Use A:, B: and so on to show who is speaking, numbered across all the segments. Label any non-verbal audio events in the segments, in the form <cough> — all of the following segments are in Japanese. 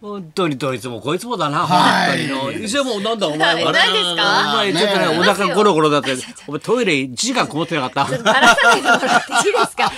A: 本当にどいつもこいつもだな、
B: はい
A: 本当にの。じゃあもうなんだお前は。
C: ないです
A: お
C: か
A: 前ちょっとね、
B: ねえ
A: お腹ゴロゴロ
C: <laughs>
A: だって、お前トイレ字がこもってなかっ
C: ちょっと荒らさないでもらっていいですか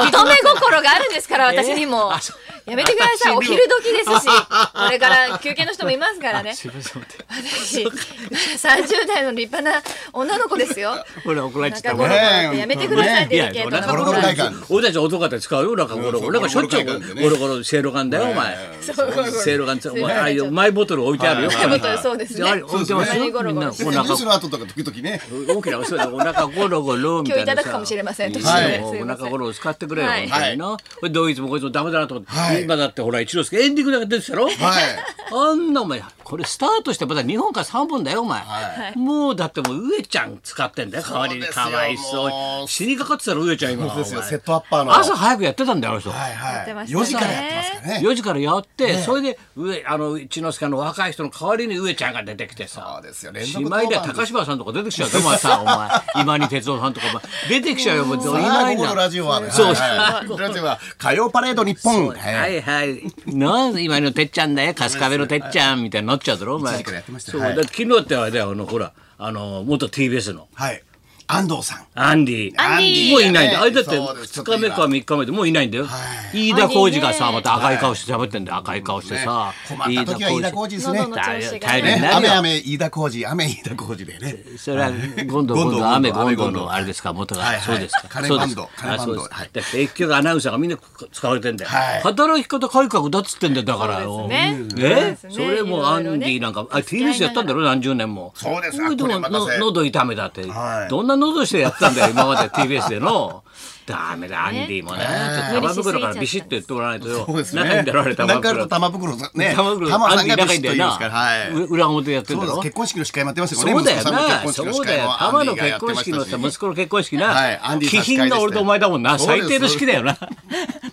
C: 乙女心があるんですから私にも
A: えあそ
C: やめてくだ
A: 私
C: さ
A: に
C: い
A: も
C: お昼時ですしこれから休憩の人もいますか
A: た。
C: ら
A: <laughs>
C: ね
A: あすいません、待って。
C: 私まだ30代の立派な女の子ですよ
A: ほら、怒られちゃっ
C: 中
A: た。
C: 頃
A: 俺
C: ってやめてください
A: い
C: デ
A: や
C: リケー
A: お
C: トな
A: 腹
C: こ
A: ゴロゴロ
C: と
A: だ
B: 体
C: なんで
B: 感
A: 俺たち男って使うよ、なんかゴロゴロ。なんかしょっちゅう
B: ゴロゴロ体感でね
A: ゴロゴロ、セいろがんだよ、お前。
C: そうゴロゴロ
A: せいろがんって、お前、
C: すいません
A: ああいうマイボトル置いてあるよ。
B: はい
C: マイボトルそうですね
A: あれ置いてますよ、
C: そう
A: みん
C: ですね
A: な。お
C: ゴ
B: ニュー
A: 腹
B: スの後とか時々ね。
A: 大きな嘘でお腹ゴロゴロみたいなさ
C: 今日いただくかもしれません
A: いいよ
B: 途中で
A: も
C: す
A: う
C: い
A: お
C: ません
A: 腹ゴロゴロ使ってくれよ
C: はい
A: みたいなこれどいつもこいつもダメだなと思って、
B: はい
A: 今だってほら一之輔エンディングだけ出てたろ、
B: はい。
A: <laughs> あんなお前これスタートしてまだ2本か3本だよお前、
B: は
A: もうだってもう上ちゃん使ってんだよ代わりに
B: そうですよ
A: かわいそう
B: もう
A: 死にかかってたろ上ちゃん今
B: そうですよ
A: お前
B: セットアッパーの
A: 朝早くやってたんだよあの人、
B: はい
C: やって
B: は
C: ま
B: い。
C: したね
B: 4時からやってますからね。
A: 4時からやって、それで上あの一之輔の若い人の代わりに上ちゃんが出てきてさ
B: そうですよ連
A: し
B: 続
A: まいでは高島さんとか出てきちゃうよお前さお前今に哲夫さんとかお前出てきちゃうよもうい
B: さ
A: な
B: あ、
A: い
B: 午後の
A: な
B: ラジオは、ね、
A: そう
B: はいはいラジオは火曜パレード日本。
A: は
B: はい
A: はい、な今のてっちゃんだよ春日部のてっちゃんみたいになっちゃうだろお前
B: 一時からやってました
A: そう
B: は
A: だ
B: い
A: って昨日ってあれだよあのほらあの元 TBS の
B: はい。安藤さん。
A: アンディ
C: アンディ
A: もういないんだよあ
B: ね
A: れだって
B: そうです
A: 2日目か3日目でもういないんだよ飯田浩二がさまた赤い顔して喋ってんだよ赤い顔してさ
B: 困った時は飯田浩二ですね。
C: 喉の調子が
A: 大変
B: ね
A: になるよ
B: 雨雨飯田浩二、雨飯田浩二でね。
A: それはゴンド
B: ゴンド
A: ゴンド
B: ゴンド
A: 雨ゴンド
B: 雨ゴン
A: の
B: ド
A: あれですか元
B: はいは
A: が
B: い
A: そうですか
B: 金
A: そうで
B: バ
A: す
B: ンド金バンド
A: あそうです
B: はい
A: で結局アナウンサーがみんな使われてんだよ
B: はい
A: 働き方改革だっつってんだよだから
C: そ
A: よ
C: うですねそう
A: え
C: ですね
A: それもアンディなんかあ TBS やったんだろ何十年も
B: そうです
A: れで
B: これ
A: も
B: また
A: の
B: せ
A: 喉痛めだって
B: はい
A: どんな喉してやってた
B: <laughs>
A: んだよ今まで TBS でのダメだアンディもねちょっと玉袋からビシッと言ってもらわないとよ
B: そうですね。
A: 中に出られた
B: なんかあると玉袋さんね。
A: 玉袋
B: 玉
A: ア
B: さ
A: ン
B: ん
A: デ
B: が
A: ィ
B: ビ
A: 仲い
B: シ
A: いんだよ
B: ッと言いま
A: な
B: すから。はい。
A: う裏表やってん
B: そ
A: だ
B: うです
A: ろ
B: 結婚式の司会もやってましたから
A: そ
B: ね。
A: うだよ
B: 息子さんの
A: な、
B: 結婚式
A: そうだよ。玉の結婚式の
B: の司会もアンディがやってましたし
A: さ、息子の結婚式
B: はいア
A: な、
B: ンディ
A: 貴
B: さん司会
A: 賓が俺とお前だもんな、
B: そうで
A: 最
B: す
A: 低の式だよな。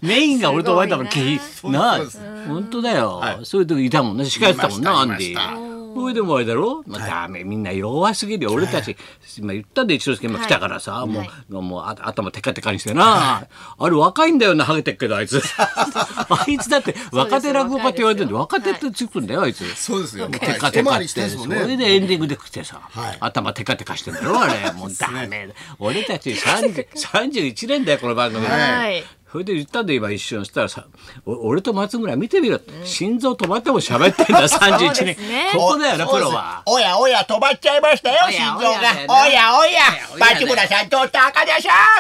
A: メインが俺とお前だもん、
C: す
A: 貴
C: ごいな
A: 賓。なあ
B: そうですそう、
A: 本当だよ
B: は。い
A: そういう時いたもんね、司会やってたもんな、ア
B: い
A: ン
B: ま
A: デ
B: したいま
A: ィ。それでもあれだろまあダメ、みんな弱すぎるよ。俺たち、今言ったんで一之輔今来たからさ、もう、もうあ頭テカテカにしてな。あれ若いんだよな、ハゲてっけど、あい
B: <laughs>
A: つ。あいつだって若手落語家って言われてるんで、若手ってつくんだよ、あいつ。
B: そうですよ。もう
A: テカ
B: 手
A: テカ
B: 回
A: っ
B: りして
A: て
B: ですも
A: そ
B: んね。
A: れでエンディングで食ってさ、
B: はい
A: 頭テカテカしてんだろあ
B: <laughs>
A: れもうダメだ俺たち30 31年だよこの番組、
C: はい
A: それで言ったんで今一瞬したらさお俺と松村見てみろって、心臓止まっても喋ってん
B: <laughs>
A: だ31
C: そう
A: 年
C: ですね
A: ここだよなプロは。
D: おやおや飛ばっちゃいましたよ
A: お
D: 心
A: やお
D: 臓
A: や
D: が
A: だよな
D: おやおや
A: おやおやだよ
D: 町村さんと高田さ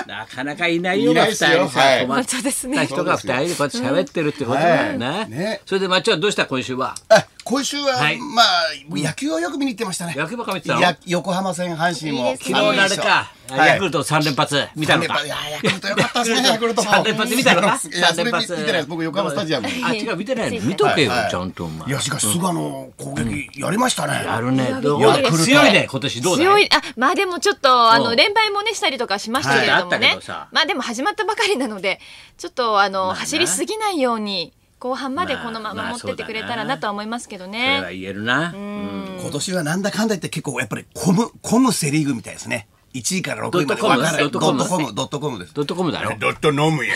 D: ん
A: なかなかいないよ
B: いない
A: 二
B: です
A: 人
B: よ
A: にさ、
B: はい
A: 止まっ
C: 本当ですね
A: た人が二人でこうやって喋ってるってことだよね,、
B: はいね
A: それでまっちゃんどうした今週は
B: あ今週は、
A: はい
B: まあ野球をよく見に行ってましたね。
A: 野球ばっか見てたの
B: や横浜戦阪神も
C: いいです
A: 昨
C: ね
A: 日のあれか、
B: はい
A: ヤクルト三連発見たのか
B: いやヤクルトよか <laughs> ったですね。ヤクルトも
A: 三連発見たのか
B: いや
A: 三連
B: それ見見
A: 発
B: てないです。僕横浜スタジアム。い
A: あ違う見てないの見とけよ
B: はい
A: ちゃんとお前
B: やしかし菅野攻撃やりましたね。
A: やるね
C: どう
B: ヤクルト
A: 強いね今年どうだい
C: 強いあまあでもちょっとあ
A: う
C: の
A: ん
C: 連敗もねしたりとかしましたけれども
A: はいあったけ
C: ね
A: どさ
C: まあでも始まったばかりなのでちょっとあの、
A: まあな
C: 走りすぎないように後半までこのま
A: まあ
C: ま
A: まあ
C: 持ってってくれた
A: そうだ
C: ら
A: な
C: なとは思いますけど
A: それは
C: ね。
A: 言えるな
B: 今年はなんだかんだ言って結構やっぱり混む混むセリーグみたいですね。1位から6位まで
A: ドットコム
B: 分かれ
A: ドットコム
B: ドットコムドットコムです。
A: ドットコムだろ
B: ット飲 <laughs> むや。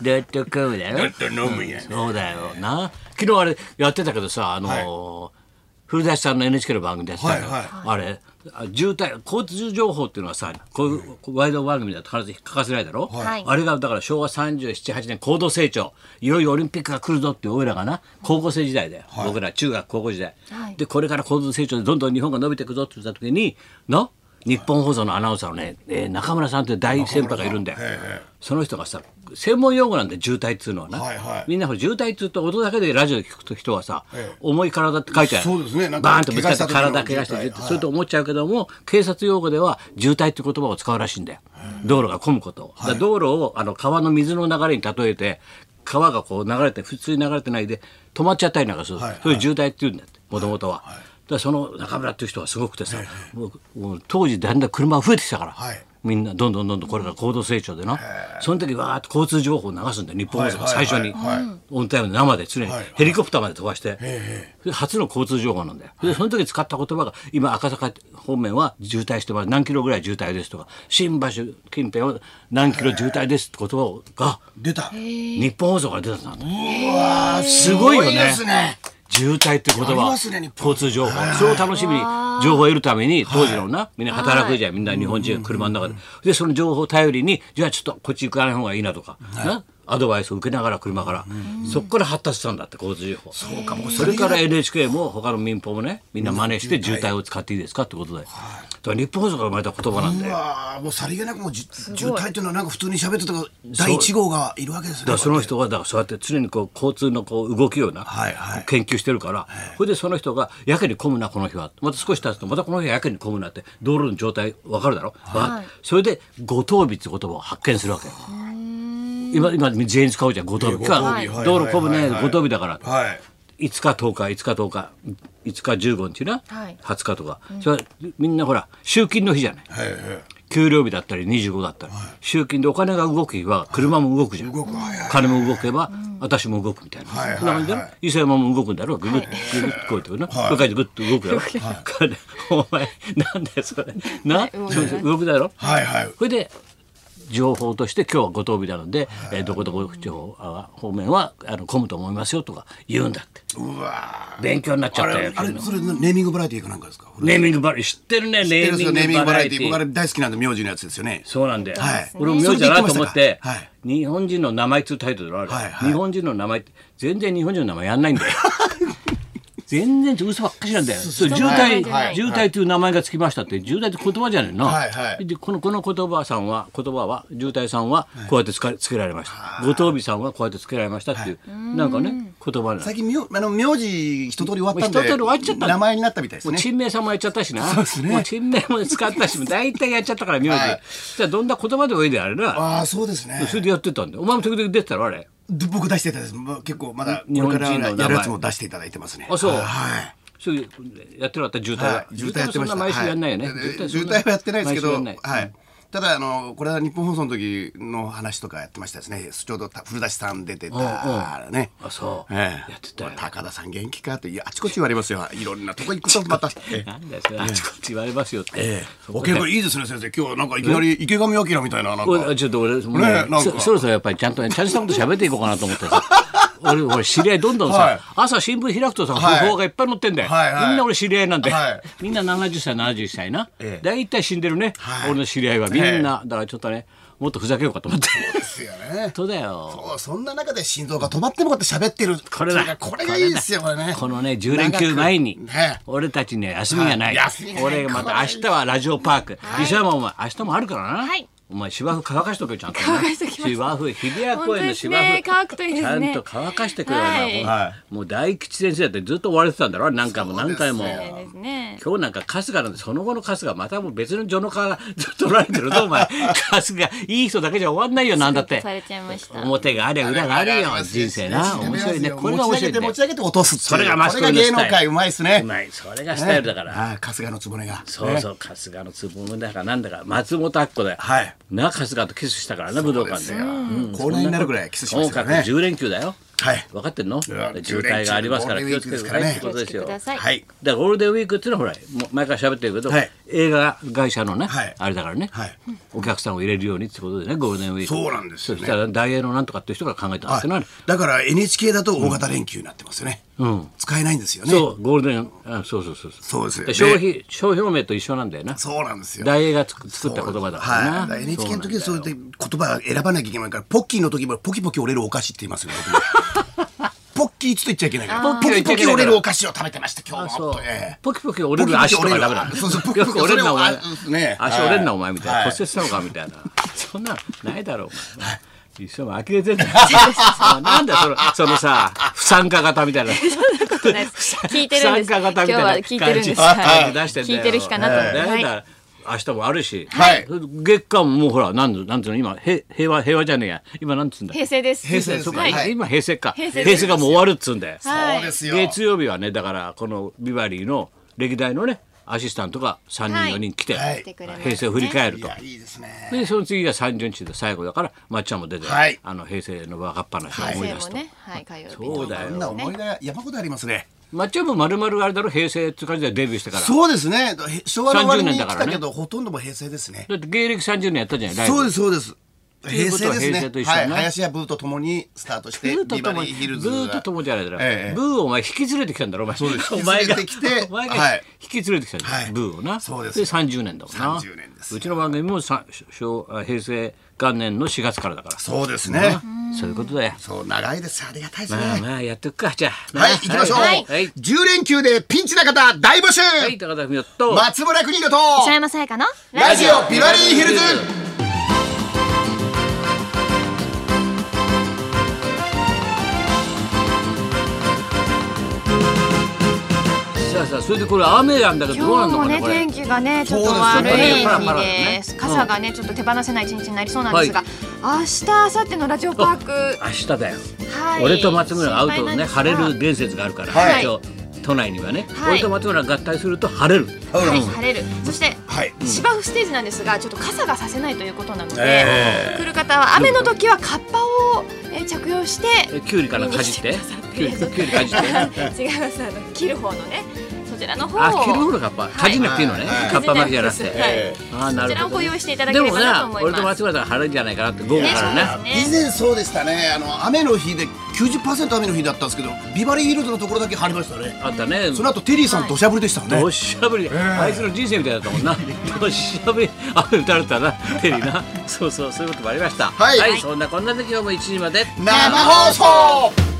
A: ドットコムだろ
B: ト飲むや
A: そうだよな昨日あれやってたけどさあのー古舘さんの NHK の番組でやってたけど
B: はい
A: あれあ渋滞交通情報っていうのはさこういうこうワイド番組だと必ず欠かせないだろ、
C: はい
A: あれがだから昭和378年高度成長いよいよオリンピックが来るぞっていう俺らがな高校生時代だよ、僕ら中学高校時代、
C: はい
A: でこれから高度成長でどんどん日本が伸びていくぞって言った時にな日本放送のアナウンサーのね、えー中村さんという大先輩がいるんだよ、その人がさ専門用語なんだよ渋滞っつうのはな、
B: はいはい
A: みんなほら渋滞っつうと音だけでラジオで聞くと人はさ、重い体って書いてある
B: そうですねなんか
A: バーンとぶつかって体怪
B: 怪
A: 我
B: 我
A: し
B: してた
A: 渋
B: 時の
A: 滞
B: はい
A: そういうと思っちゃうけども警察用語では渋滞って言葉を使うらしいんだよ道路が混むことを、だから道路をあの川の水の流れに例えて川がこう流れて普通に流れてないで止まっちゃったりなんかする、
B: はい
A: そういう渋滞って言うんだってもともとは。だからその中村っていう人はすごくてさ、もうもう当時だんだん車が増えてきたから、
B: はい
A: みんなどんどんどんどんこれが高度成長でなその時わーっと交通情報を流すんだよ日本放送が最初に
B: はいはいはい
A: オンタイムで生で常に
B: はい
A: ヘリコプターまで飛ばしてで初の交通情報なんだよでその時使った言葉が今赤坂方面は渋滞してます何キロぐらい渋滞ですとか新橋近辺は何キロ渋滞ですって言葉をが
B: 出た。
A: 日本放送から出てたんだ
B: わあ
A: すごいよね
B: ですね。
A: 渋滞って言
B: あり
A: 葉、
B: ますね日本
A: 交通情報それを楽しみに情報を得るために当時のなみんな働くじゃんみんな日本人が車の中ででその情報を頼りにじゃあちょっとこっち行かない方がいいなとかなアドバイスを受けながら車からそこから発達したんだって交通情報
B: そうかもう
A: それから NHK も他の民放もねみんな真似して渋滞を使っていいですかってことでだから日本放送から生まれた言葉なん
B: う
A: で
B: わあもうさりげなくもうじ渋滞っていうのはなんか普通に喋ってたけど第一号がいるわけです
A: だか
B: ね。
A: らその人はだからそうやって常にこう交通のこう動きをな、
B: はいはい
A: 研究してるから、それでその人がやけに混むなこの日はまた少し経つとまたこの日はやけに混むなって道路の状態わかるだろ、わそれで五等日って言葉を発見するわけ。今今全員使うじゃん五等日か、
B: はいはい
A: 道路混む
B: は
A: ね
B: いはい
A: 五等日だから、
B: はい。
A: 5日10日5日10日5日15日な、
C: はい
A: 20日とか、それはみんなほら集金の日じゃない
B: はいは
A: 給料日だったり25だったり、集金でお金が動く日は車も動くじゃん、
B: 動くはいはい
A: 金も動けば、私も動くみたいな、
B: はいはいはい
A: そんな感じだろ伊勢山も動くんだろぐぐっぐぐっこうやってくるな、
B: は
A: こ
B: い
A: うやってぐっと動くだろ、これお前なんだよそれなそう動くだろ
B: はいはい。
A: それで情報として今日はご当日なので、えーどこどこ地方あ方面はあの混むと思いますよとか言うんだって
B: うわあ
A: 勉強になっちゃ
B: あ
A: ったよ
B: れあれそれネーミングバラエティーかなんかですか。
A: ネーミングバラエティ知ってるねネ
B: ネ
A: ーミングバラエティ
B: 僕あれ大好きなんで名字のやつですよね。
A: そうなんだよ。
B: はい
A: 俺も名字だなと思って、
B: それで言ってましたか
A: 日本人の名前っていうタイトルがある、
B: はいはい
A: 日本人の名前って全然日本人の名前やんないんだ
B: <laughs>
A: よ。全然嘘ばっかしなんだよ。そう渋滞、
C: はい
A: 渋滞という名前がつきましたって、渋滞って言葉じゃないの。
B: はいはい
A: で、この、この言葉さんは、言葉は、渋滞さんは、こうやってつか、つけられました。ご当日さんは、こうやってつけられましたっていう、なんかね、言葉なの。
B: 最近名あの名字一通り終わったんで
A: 一通り終わっちゃったんだ
B: 名前になったみたいです
A: もう
B: ね。
A: 珍名さんもやっちゃったしな。
B: そうですね
A: もう珍名も使ったし、大体やっちゃったから、名字。
B: はい
A: じゃあ、どんな言葉でもいいであれな。
B: ああそうですね。
A: それでやってたんで、お前も時々出てたろ、あれ。
B: で僕出してたです。まあ結構まだこ
A: 日本
B: れ
A: 人
B: か
A: の
B: らやるやつも出していただいてますね。
A: あそう
B: はい。
A: そういうやってなかった渋滞
B: は、
A: はい
B: 渋滞やってました。
A: そんな毎週やんないよね、
B: はい渋滞はやってないですけど、はい。ただあのこれは日本放送の時の話とかやってましたですね。ちょうどた古舘さん出てたらね。
A: あそう
B: ええ
A: やってたよ
B: まあ高田さん元気かっていやあちこち言われますよ。いろんなとこ行
A: <laughs>
B: くとまた。ええ
A: なんだよそれあちこち言われますよって、
B: ええ、お稽古いいですね先生。今日はなんかいきなり池上彰みたいななん
A: これ
B: か。
A: ちょっと俺もう
B: ねなんか
A: そそろそろやっぱりちゃんとねちゃんとしたこと喋っていこうかなと思ってさ <laughs> 俺俺知り合いどんどんさ、
B: はい
A: 朝新聞開くとさ訃報、
B: はい
A: がいっぱい載ってんだよ、
B: はいはい
A: みんな俺知り合いなんで、
B: はい
A: みんな70歳71歳な、
B: ええ
A: 大体死んでるね、
B: はい
A: 俺の知り合いはみんな、だからちょっとねもっとふざけようかと思って
B: ですよね。
A: 本当だよ
B: そうそんな中で心臓が止まってもこうやって喋ってる。
A: これだ
B: これがいいですよこれね。
A: このね10連休前に
B: 長くね
A: 俺たちには休みがない、
B: はい休みがない
A: 俺がまた明日はラジオパーク石山、お前明日もあるからな、
C: はい
A: お前芝生乾かしとけよちゃんと、
C: 乾かしてきます
A: 芝生日比谷公園の芝生、
C: 本当ですね乾くといいですね
A: ちゃんと乾かしてくれよな、
C: は
A: も
C: い
A: う
B: は
A: もう大吉先生だってずっと追われてたんだろ何回も何回も
B: そうです
C: そうですね。
A: 今日なんか春日なんでその後の春日またもう別の序の川が取られてるぞお前春日いい人だけじゃ終わんないよなんだって
C: されちゃいました。
A: 表がありゃ裏があるよ人生な面白いねこれが面白いんだよ
B: 持ち上げて落とすっていう
A: それがマスコミの
B: これ
A: ス
B: が芸
A: タイル
B: 能界うまいですね
A: うまいそれがスタイルだから、
B: ああ春日のつぼねが
A: そう
B: う
A: そう春日のつぼみだからなんだか松本明子だよ、
B: はい
A: な春日とキスしたからな武道館で
B: 高齢になるぐらいキスしましたからね
A: 10連休だよ
B: はい
A: 分かってんの
B: や
A: 渋滞がありますから
B: ゴー
A: 気
B: ルデ
A: をつけてく
B: ンウィークです
A: ださ
B: からね
A: いってことですよ
C: 気をつけてください
B: はい
A: だからゴールデンウィークっていうのはほらもう前から喋ってるけど、
B: はい
A: 映画会社のね、
B: はい
A: あれだからね、
B: はい
A: お客さんを入れるようにってことでねゴールデンウィーク
B: そうなんですよね
A: そしたら大英のなんとかっていう人が考えたんですけど、
B: はいだから NHK だと大型連休になってますよね
A: うん
B: 使えないんですよね
A: そうゴールデンあそうそうそう
B: そうですよね
A: で消費商標名と一緒なんだよな
B: そうなんですよ
A: 大映がつく作った言葉だからな、
B: はいだから NHK の時はそううやって言葉選ばなきゃいけないからポッキーの時もポキポキ折れるお菓子って言いますよね
A: <laughs>
B: 僕ポッキーちょっと言っちゃいけないから
A: あー
B: ポキポキ折れるお菓子を食べてました今日
A: そ
B: も
A: う
B: とええ
A: ポキポキ折れる足とかダメだ
B: そうそうポキ
A: よ
B: ポ
A: く
B: キ
A: 折れる
B: 折れる
A: なお前
B: あそうね
A: 足折れんなお前みたいな
B: はい
A: 骨折したのかみたいな <laughs> そんなのないだろうお前一生呆れてんだよ <laughs> なんだよそのそのさ不参加型みたいな不参加
C: 聞いてるんです。今
A: 型
C: 日
A: み
C: は
A: たいな
C: 聞いてるんです。
A: 感じ
C: はい
A: 出してんだよ
C: 聞いてる日かなと思って。
A: ね
C: は
A: だ
C: い
A: から明日もあるし、
B: はい
A: 月間ももうほらなんつなんつうの今へ平和平和じゃねえや今なんつうんだ
C: 平成です。
B: 平成です
A: そうか、
C: はい。
B: はい
A: 今平成か
C: 平
A: 平成
C: 成です
A: がもう終わるっつうんだよ
C: はい
B: そうですよ
A: 月曜日はねだからこのビバリーの歴代のねアシスタントが3
C: は
A: 人4
C: い
A: 人来て、
B: はい
C: 来てくれましたね
A: 平成を振り返る
B: い
A: と。
B: やいいですね
A: でその次が30日で最後だからまっちゃんも出て、
B: はい
A: あの平成の若っ話を思い
C: 生
A: 出
C: も
A: すと、
C: ね、はい、火曜日の。
A: そうだ
B: あ
A: よ
B: んな思い出が山ほどありますね
A: まっちゃんもまるまるあれだろ平成って感じでデビューしてから
B: そうですねへ昭和の終わり
A: 30
B: に
A: 年だ
B: 来
A: から
B: た
A: ね
B: けどほとんどもう平成ですね
A: だって芸歴30年やったじゃないライブ
B: そうですそうです
A: いう
B: 平
A: ことは
B: 成
A: 平
B: です
A: 成
B: ね
A: と一緒だ
B: は
A: ない
B: 林家ブーと共にスタートして
A: ブーと
B: ビバ
A: とも
B: リー
A: に、
B: ヒルズ
A: ブーとともじゃないだろ、
B: ええ
A: ブーをお前引き連れてきたんだろ、お前。
B: そうです
A: <laughs> お前が、
B: 引き連れてきて
A: お前が
B: はい
A: 引き連れてきたんだよ、
B: はい
A: ブーをな。
B: そうですよ
A: 30年だもんな。
B: 30年ですよ
A: うちの番組もさ昭平成元年の4月からだから。
B: そうですね
A: そういうことだよ。
B: そう長いですありがたいですね
A: まあまあ、やっていくか、じゃあ。
B: はい行きましょう
A: はい。はい
B: 10連休でピンチな方大募集
A: はい、高田文夫と。
B: 松村邦洋と
C: 磯山さやかの
B: ラジオビバリーヒルズ
A: さあさあ、それでこれ雨なんだけど、どうな
C: 今
A: んの
C: 日も
A: かな、
C: ね
A: これ
C: 天。気がねちょっと
B: そう
C: 悪
B: です
A: よね
C: い
A: パラパ
C: 日
A: ラだ
C: で
A: ね
C: す傘がねちょっと手放せない一日になりそうなんですが明日明後日のラジオパーク
A: 明日だよ。
C: はい
A: 俺と松村が会う
C: 心
A: と
C: 配なん
A: ね
C: ですが
A: 晴れる伝説があるから、
B: はい
A: 一応都内にはね、
C: は
A: 俺
C: い
A: と松村が合体すると晴れる
C: はい晴れるそして
B: はい
C: 芝生ステージなんですがちょっと傘がさせないということなので、
B: ええ
C: 来る方は雨の時はカッパをえー着用して
A: えキュウリからか
C: <laughs>
A: じってキュウリキュウリかじって
C: て違いますあの切る方のねそちらの方を
A: あキルフルカッパかじんなくていいのね、
B: はい
A: カッパ巻きじゃなくて、
C: はい
B: え
A: あーな
C: そち
A: る
C: らを
A: ほど
C: ご用意していただけ
A: で
C: れ
A: も
C: ばなと
A: な
C: 思い
A: 俺と
C: ます
A: 松村さん晴れるんじゃないかなって午後
C: ね
A: からね
C: そうです
B: 以
C: ね
B: 前そうでしたねあの雨の日で90%雨の日だったんですけどビバリーヒルズのところだけ晴れましたね
A: あったね
B: その後テリーさん土砂降りでしたよね
A: どっしゃぶり、あいつの人生みたいだった
B: <laughs>
A: もんなどっしゃぶり雨打たれたなテリーなそうそうそういうこともありました
B: はい
A: そんなこんなで今日も1時まで
B: 生放送